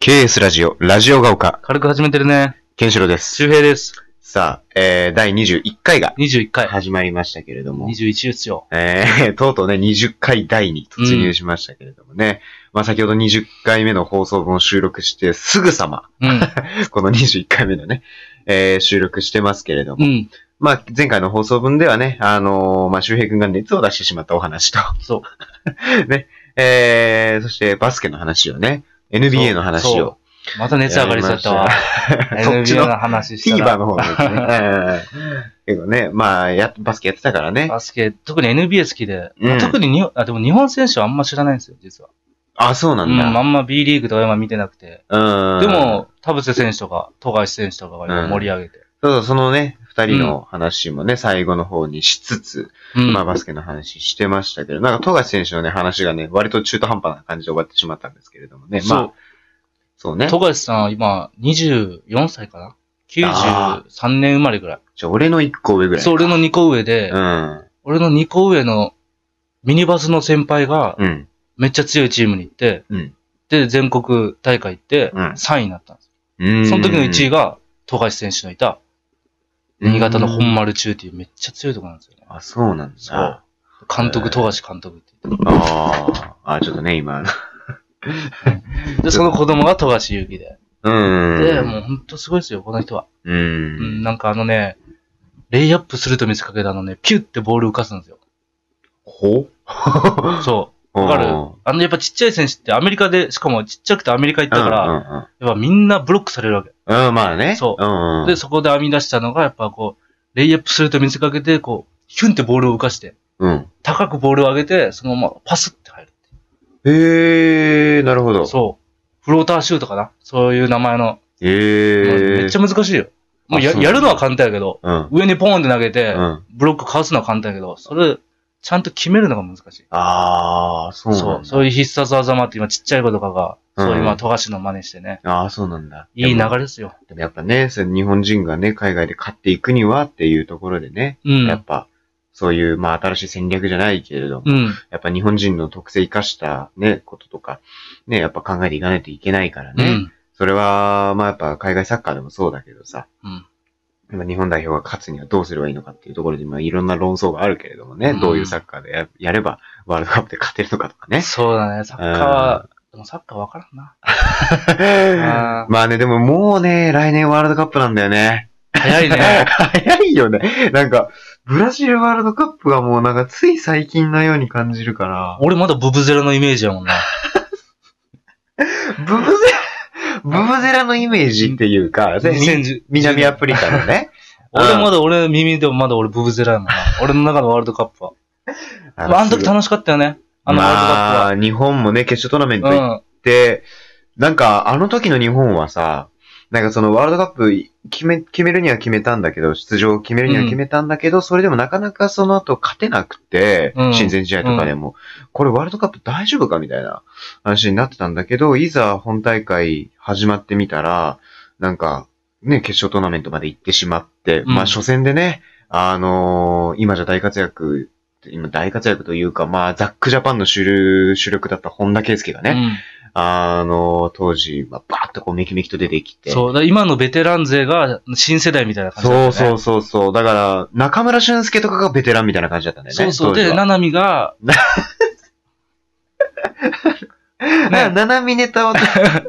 KS ラジオ、ラジオが丘、軽く始めてるね。ケンシロウです。周平です。さあ、えー、第21回が21回。始まりましたけれども、 21ですよ。えー、 とうとうね、20回台に突入しましたけれどもね、まあ先ほど20回目の放送分を収録して、すぐさま、 うん。この21回目のね、えー、収録してますけれども、うん。まあ前回の放送分ではね、あのーまあ周平くんが熱を出してしまったお話と、そう。 ね、えー、そしてバスケの話をね、NBA の話を。そう。また熱上がりしちゃったわ。 そっち NBA のの話した TVer ら。の方 ですねえー。けどね、まあや、バスケやってたからね。バスケ、特に NBA 好きで、うんまあ特ににあ、でも日本選手はあんま知らないんですよ、実は。あ、そうなうんん、あだ。んま B リーグとか今見てなくて。うん。で、も、田臥選手とか、富樫選手とかが今盛り上げて。そうそう、そのね、二人の話もね、最後の方にしつつ、うん。まあバスケの話してましたけど、なんか富樫選手のね、話がね、割と中途半端な感じで終わってしまったんですけれどもね。まあ、そうねそう。。富樫さん、今、24歳かなあ ?93 年生まれぐらい。じゃあ俺の一個上ぐらい。そう、俺の2個上で、うん。俺の2個上のミニバスの先輩が、うん。めっちゃ強いチームに行って、うんで、全国大会行って、うん3位になったんです。うん。その時の1位位、が、富樫選手のいた、新潟の本。丸中っていうめっちゃ強いところなんですよね。あ、そうなんだ。そう監督、富樫監督って言っああ、あ、ちょっとね、今。て。で、その子供が富樫勇樹で。うん。で、もうほんとすごいですよ、この人は。ううんん、。なんかあのね、レイアップすると見せかけたのね、ピュってボール浮かすんですよ。ほそう。わかるあの、やっぱちっちゃい選手ってアメリカで、しかもちっちゃくてアメリカ行ったから、ら、やっぱみんなブロックされるわけ。うんうん、うんまあね。そううんうん。で、そこで編み出したのが、やっぱこう、レイアップすると見せかけて、こう、ヒュンってボールを浮かして、うん。高くボールを上げて、そのままパスって入る。へえー、なるほど。そう。フローターシュートかなそういう名前の。へえー。めっちゃ難しいよ。もうあやそうなんだやるのは簡単やけど、うん。上にポーンって投げうて、ん。ブロックかわすのは簡単やけど、それ、ちゃんと決めるのが難しい。ああ、そうなんだ。そう。そういう必殺技もあって、今ちっちゃい子とかが、うんそういう今、富樫の真似してね。ああ、そうなんだ。いい流でもれですよ。でもやっぱね、そう日本人がね、海外で勝っていくにはっていうところでね、うやっん。ぱ、そういう、まあ、新しい戦略じゃないけれども、うん。やっぱ日本人の特性生かしたね、こととか、ね、やっぱ考えていかないといけないからね。うん。それは、まあやっぱ海外サッカーでもそうだけどさ、うん。やっぱ日本代表が勝つにはどうすればいいのかっていうところで、まあいろんな論争があるけれどもね、うんどういうサッカーでややればワールドカップで勝てるのかとかね。 そうだね。サッカーは、でもサッカーわからんな。あーまあね、でももうね、来年ワールドカップなんだよね。早いね。 早いよね。なんか、ブラジルワールドカップがもうなんかつい最近のように感じるから。俺まだブブゼラのイメージやもんな。ブブゼラ、ブブゼラのイメージっていうか、で2010南アフリカの ね。俺まだ俺耳でもまだ俺ブブゼラや もんな。俺の中のワールドカップは。ああの時楽しかったよね。あのワまあ、ー日本もね、決勝トーナメンルトドカップ行っは。て、なんか、あの時の日本はさ、なんかそのワールドカップ決め、決めるには決めたんだけど、出場を決めるには決めたんだけど、それでもなかなかその後勝てなくて、うん親善試合とかでも、これワールドカップ大丈夫かみたいな話になってたんだけど、いざ本大会始まってみたら、なんか、ね、決勝トーナメントまで行ってしまって、うんまあ初戦でね、あのー今じゃ大活躍、今大活躍というか、まあザックジャパンの主力、主力だった本田圭佑がうね、ん。あの、当時、まあ、バーッとこうメキメキと出てきて。そう。だから今のベテラン勢が新世代みたいな感じだったそようね。そうそうそう。だから、中村俊介とかがベテランみたいな感じだったんだよね。そうそう。当時で、はななみが、な、ね。ななみネタを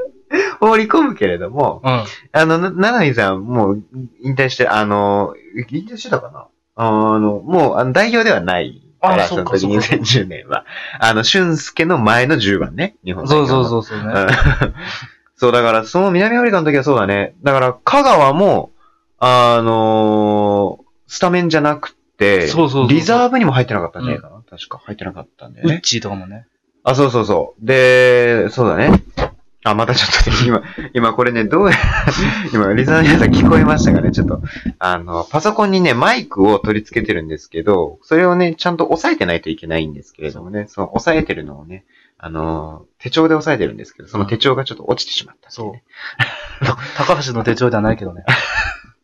放り込むけれども、うん。あの、なななみさん、もう、引退して、あの、引退してたかなあの、もう、あの代表ではないから。あそうかそのそ時うか 2010年は。あの、俊介の前の10番ね、日本代そう表のそうそうそうね。うん そう、だから、その南アフリカの時はそうだね。だから、香川も、あのースタメンじゃなくて、そうそうそうそうリザーブにも入ってなかったんじゃないかな、確か入ってなかったんだよウッね。チーとかもね。あ、そうそうそう。で、そうだね。あ、またちょっとね、今、今これね、どうや、 今、リザーの皆さん聞こえましたかねちょっと、あの、パソコンにね、マイクを取り付けてるんですけど、それをね、ちゃんと押さえてないといけないんですけれどもね、その押さえてるのをね、あの、手帳で押さえてるんですけど、その手帳がちょっと落ちてしまったっていそうね、う。高橋の手帳ではないけどね。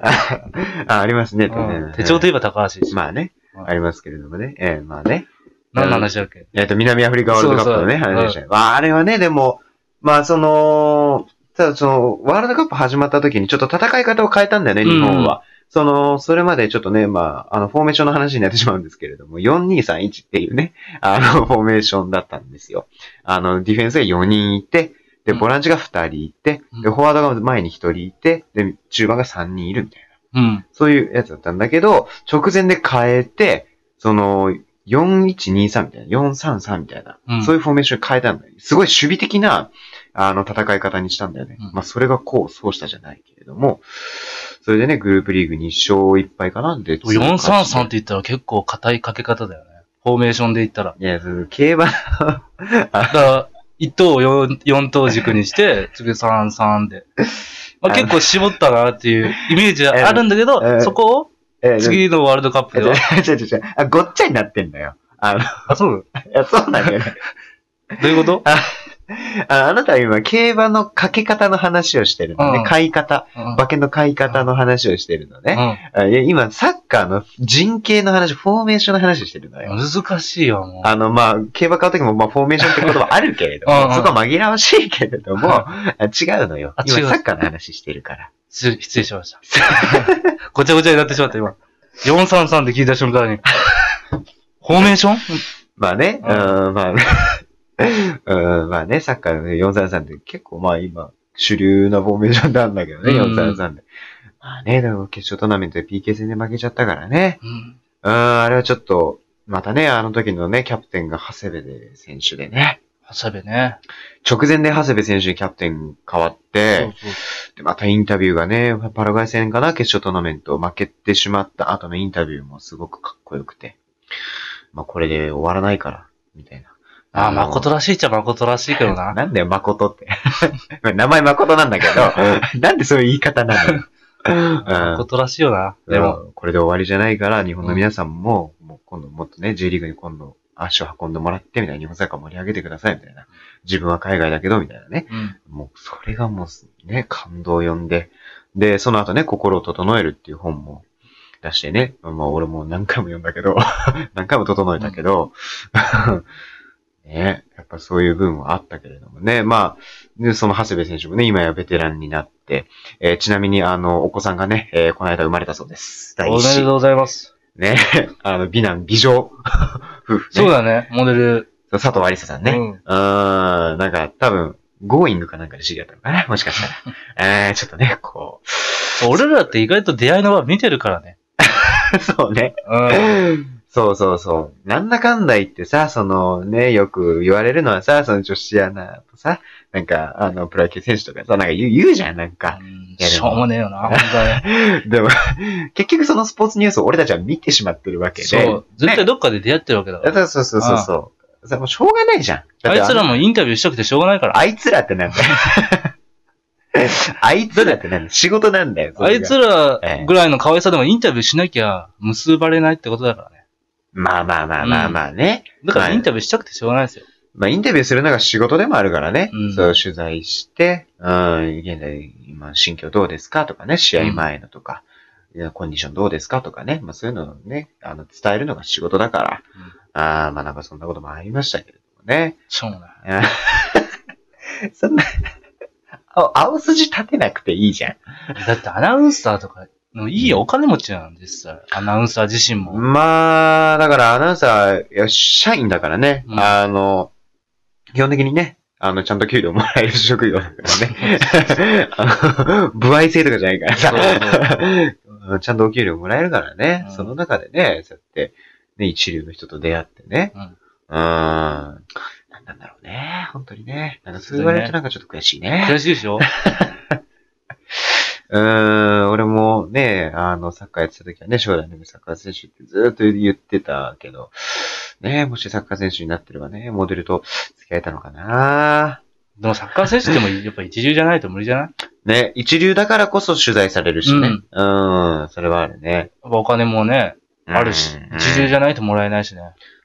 あ、 あありますね、うとねん手帳といえば高橋でしょ。まあね、うんありますけれどもね。ええまあね。何の話だっけえっ、と、南アフリカワールドカップのね、そうそう話でしたね。まあ、あれはね、でも、まあ、その、ただその、ワールドカップ始まった時にちょっと戦い方を変えたんだよね、日本は。その、それまでちょっとね、まあ、あの、フォーメーションの話になってしまうんですけれども、4231っていうね、あの、 フォーメーションだったんですよ。あの、ディフェンスが4人いて、で、ボランチが2人いて、で、うんフォワードが前に1人いて、で、中盤が3人いるみたいな。うん。そういうやつだったんだけど、直前で変えて、その、4123みたいな、433みたいな、うんそういうフォーメーションに変えたんだよ。すごい守備的な、あの、戦い方にしたんだよね。うんまあ、それがこう、そうしたじゃないけれども、それでね、グループリーグ2勝1敗かなんで。 433って言ったら結構硬いかけ方だよね。フォーメーションで言ったら。いや、その、競馬の、だから、1等を 4, 4等軸にして、次33で。まあ、結構絞ったなっていうイメージはあるんだけえど、えそこえをー次のワールドカップ違では。う違う違う。あ、ごっちゃになってんだよ。あの、あ、そういや、そうなんだよね。どういうことああなたは今、競馬のかけ方の話をしてるのね。うん買い方。うん馬券の買い方の話をしてるのね。うあいや今、サッカーの人形の話、フォーメーションの話してるのよ。ん。難しいわ、もう。あの、まあ、競馬買うときも、まあ、フォーメーションって言葉あるけれどうんうも、んそこは紛らわしいけれども、あ違うのよあ。違う今、サッカーの話してるから。失礼失礼しました。 ごちゃごちゃになってしまった、今。433で聞いた瞬間に。フォーメーションまあね、ううんん、まあ、 うん、まあね、サッカーのね433って結構、まあ今、主流なフォーメーションなんだけどね、うん433で。まあね、でも決勝トーナメントで PK 戦で負けちゃったからね。うん。うん、あれはちょっと、またね、あの時のね、キャプテンが長谷部で選手でね、はしゃべね。直前で長谷部選手にキャプテン変わって、そうそでまたインタビューがね、パラグアイ戦かな、決勝トーナメント負けてしまった後のインタビューもすごくかっこよくて、まあこれで終わらないから、みたいな。うあ、の誠らしいっちゃ誠らしいけどな。なんだよ、誠って。 まあ名前誠なんだけど、なんでそういう言い方なのようん誠らしいよな。ででも、も、これで終わりじゃないから、日本の皆さんも、もう今度もっとね、J リーグに今度足を運んでもらって、みたいな、日本サッカー盛り上げてください、みたいな。自分は海外だけど、みたいなね。うん。もう、それがもう、ね、感動を呼んで。で、その後ね、心を整えるっていう本も出してね。まあ、俺も何回も読んだけど、 何回も整えたけど、 ね、やっぱそういう部分はあったけれどもね。まあ、でその長谷部選手もね、今やベテランになって、えーちなみに、あの、お子さんがね、えーこの間生まれたそうです。第お一めでとう子。ございます。ね、あの、美男美女 夫婦そうね。だね、モデル。佐藤ありささんね。うんうーん、なんか多分、Going かなんかで知り合ったのかなもしかした ら。えー、ちょっとね、こ俺らって意外と出会いの場見てるからね。う。 そうね。うん。そうそうそう。なんだかんだ言ってさ、そのね、よく言われるのはさ、その女子アナとさ、なんか、あの、プロ野球選手とかさ、なんか言う言うじゃん、なんか。うんしょうもねえよな、本当に。でも、結局そのスポーツニュースを俺たちは見てしまってるわけで。そう。絶対どっかで出会ってるわけだかだら。からそうそうそうそう。さもうしょうがないじゃん。だあっていつらもインタビューしたくてしょうがないから。あいつらってなんだ よ。あいつらってなんだよ。仕事なんだよ。そあれがいつらぐらいの可愛さでもインタビューしなきゃ結ばれないってことだからね。まあまあまあまあまあね。だからはいインタビューしたくてしょうがないですよ。まあインタビューするのが仕事でもあるからね。うんそう取材して、うん、現在、今、心境どうですかとかね、試合前のとか、いやコンディションどうですかとかね、まあそういうのをね、あの、伝えるのが仕事だから。ああ、まあなんかそんなこともありましたけれどもね。しょうもない。あー そんな、 あ青筋立てなくていいじゃん。だってアナウンサーとか、いいお金持ちなんですよ。アナウンサー自 身も。まあ、だからアナウンサー、いや社員だからね、うんあの、基本的にね、あの、ちゃんと給料もらえる職業だから ね。あの、不愛制とかじゃないからさそううんちゃんとお給料もらえるからね、うんその中でね、そうやって、ね、一流の人と出会ってね。うんうーん。なんなんだろうね、本当にね。なんかそう言われるとなんかちょっと悔しいね。悔しいでしょうーん、俺もね、あの、サッカーやってた時はね、将来の夢サッカー選手ってずーっと言ってたけど、ね、もしサッカー選手になってればね、モデルと付き合えたのかなでもサッカー選手でもやっぱ一流じゃないと無理じゃないやっね、一流だからこそ取材されるしね。うーん、それはあるね。ぱお金もね、あるしうん、一流じゃないともらえないしね。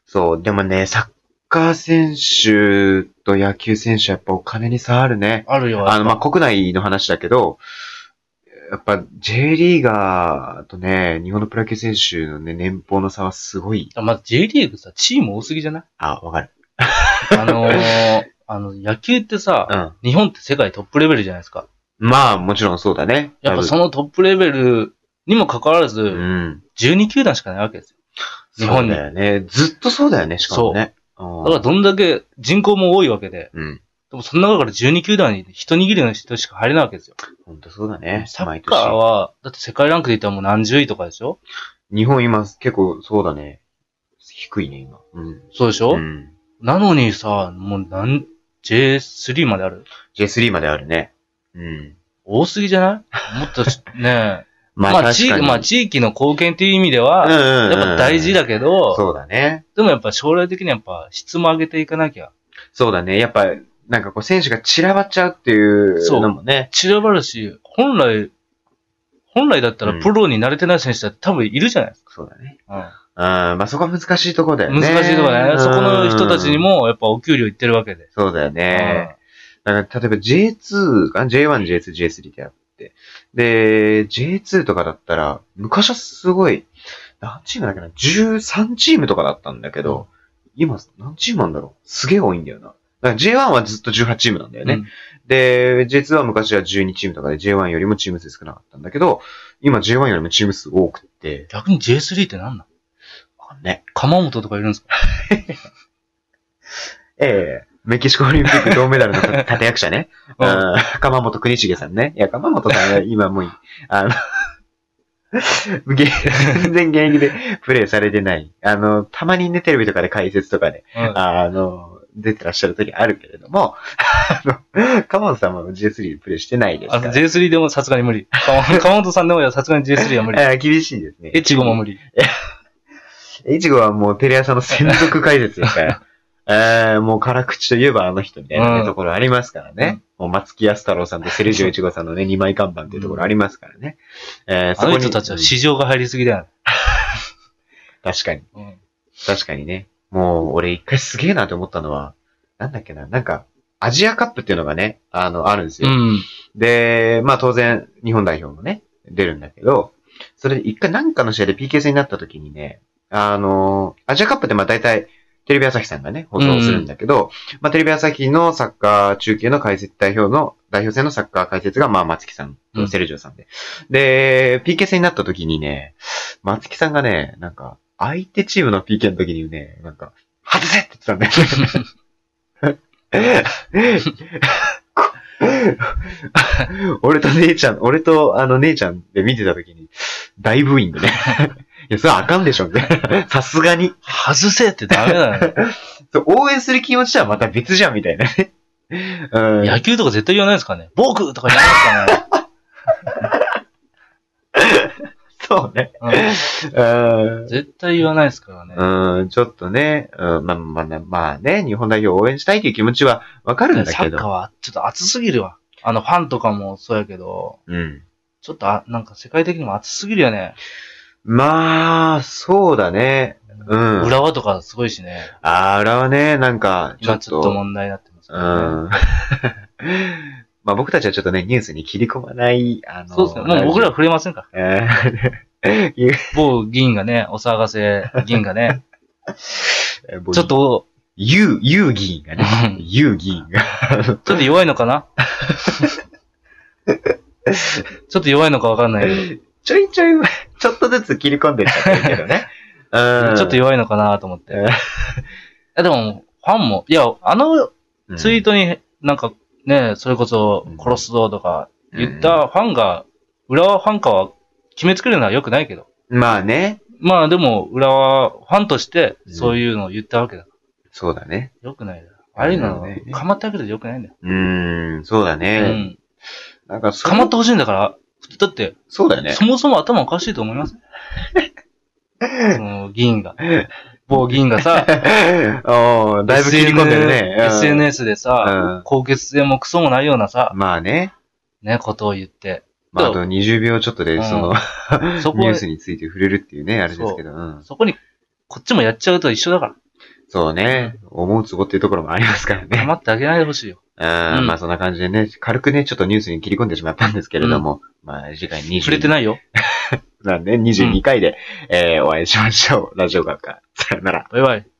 そう、でもね、サッカー選手と野球選手はやっぱお金に差あるね。あるよ。あの、まあ、国内の話だけど、やっぱ J リーガーとね、日本のプロ野球選手のね、年俸の差はすごいまず J リーグさ、チーム多すぎじゃないあ、わかる。 あのーあの、野球ってさ、うん。日本って世界トップレベルじゃないですか。まあ、もちろんそうだね。やっぱその、のトップレベルにもかかわらうず、ん。 12球団しかないわけですよ。日本にそうだよね。ずっとそうだよね、しかもね。そだからどんだけ人口も多いわけで、うん。でもその中から12球団に一握りの人しか入れないわけですよ。ほんとそうだね。サッ毎カー年。は、だって世界ランクで言ったらもう何十位とかでしょ日本今、結構そうだね。低いね、今。うん。そうでしょ、うん。なのにさ、もう何、J3 まである J3 まであるね。うん。多すぎじゃないもっとし、ねえ。 ままあ、地域、まあ、地域の貢献っていう意味では、ややっぱ大事だけど、そうだね。でもやっぱ将来的にやっぱ質も上げていかなきゃ。そうだね。やっぱ、なんかこう、選手が散らばっちゃうっていうそうのもね。散らばるし、本来、本来だったうらんプロに慣れてない選手だって多分いるじゃないですそうだね。か。うん。まあそこは難しいとこだよね。難しいところうね。んそこの人たちに。もやっぱお給料いってるわけで。そうだよね。だから、例えば J2 かな ?J1、J2、J3 ってあって。で、J2 とかだったら、昔はすごい、何チームだっけな ?13 チームとかだったんだけど、今何チームなんだろうすげえ多いんだよな。だから J1 はずっと18チームなんだようね。んで、J2 は昔は12チームとかで J1 よりもチーム数少なかったんだけど、今 J1 よりもチーム数多くって、逆に J3 って何なのわかんね。鎌本とかいるんですかええメキシコオリンピック銅メダルの立役者ね。ううんん、鎌本国重さんね。いや、鎌本 さんは今もうい、あの、げ全然現役でプレーされてない。あの、たまにね、テレビとかで解説とかで、うんあの、出てらっしゃる時あるけれども、あの、鎌本さんは J3 でプレーしてないですかあら。の J3 でもさすがに無理。鎌本鎌本さんでもさすがに J3 は無理。えー厳しいですね。エチゴも無理。いちごはもうテレ朝の専属解説ですから。 えー、もう辛口といえばあの人みたいなね、うんところありますからね。もう松木安太郎さんとセルジオイチゴさんのね、二枚看板っていうところありますからね。えー、あの人たちは市場が入りすぎだよ。確かに。うん確かにね。もう俺一回すげえなって思ったのは、なんだっけな、なんか、アジアカップっていうのがね、あの、あるんですうよ。ん。で、まあ当然、日本代表もね、出るんだけど、それで一回なんかの試合で PK 戦になった時にね、あのアジアカップってまあ大体、テレビ朝日さんがね、放送するんだけど、まあテレビ朝日のサッカー中継の解説代表の、代表戦のサッカー解説がまあ松木さんうとんセルジオさんで。で、PK 戦になった時にね、松木さんがね、なんか、相手チームの PK の時にね、なんか、外せって言ってたんだよね。 俺と姉ちゃん、俺とあの姉ちゃんで見てた時に、大ブーイングね。 いや、それはあかんでしょ、みたいな。 さすがに。外せってダメだよ。そう応援する気持ちとはまた別じゃん、みたいなね。 うん。野球とか絶対言わないですかね。僕とか言わないですかね。そうね。ううんん絶対言わないですからね。うん、ちょっとね、うん、まあまあまあまあね、日本代表を応援したいという気持ちはわかるんだサけッカーど。はちょっと熱すぎるわ。あの、ファンとかもそうやけど、うん。ちょっとあ、なんか世界的にも熱すぎるよね。まあ、そうだね。うん。浦和とかすごいしね。あー、裏はね、なんか、ちょ今っちょっとと。問題になってますうけん。どね。まあ僕たちはちょっとね、ニュースに切り込まない、あの、そうですね。もう僕らは触れませんから。えー某議員がね、お騒 がせ議員がね、ちょっ、と、ゆう、ゆう議員がねう。んゆう議員が。ちょっと弱いのか なちょっと弱いのかわかんないけちょいちょい、ちょっとずつ切り込んでっちゃってるけど ね。うど、ん。ちょっと弱いのかなと思って。いやでも、ファンも、いや、あのうんツイートになんかね、それこそ殺すぞとか言っうんたファンが、浦和ファンかは決めつけるのは良くないけど。まあね。まあでも、浦和ファンとしてそういうのを言ったわけだ。そうだね。良くないだろ。ああいうのはうん、かまってあげると良くないんだよ。うーん、そうだうね。ん。なんかそ、かまってほしいんだから、だって、そうだよねそ。もそも頭おかしいと思いますその議員が。某議員がさ、 お ーだいぶ切り込んでるね。うん SNS でさ、うん高血でもクソもないようなさ、まあね。ね、ことを言って。まあ、そあうと20秒ちょっとで、その、そこニュースについて触れるっていうね、あれですけど。うんそこに、こっちもやっちゃうと一緒だかそうね。思うツボっていうところもありますからら、ね。黙ってあげないでほしいよ。あーうんまあそんな感じでね、軽くね、ちょっとニュースに切り込んでしまったんですけれども、まあ次回22触れてないよ。なんで22回で、えーお会いしましょう。ラジオ学科。さよなら。バイバイ。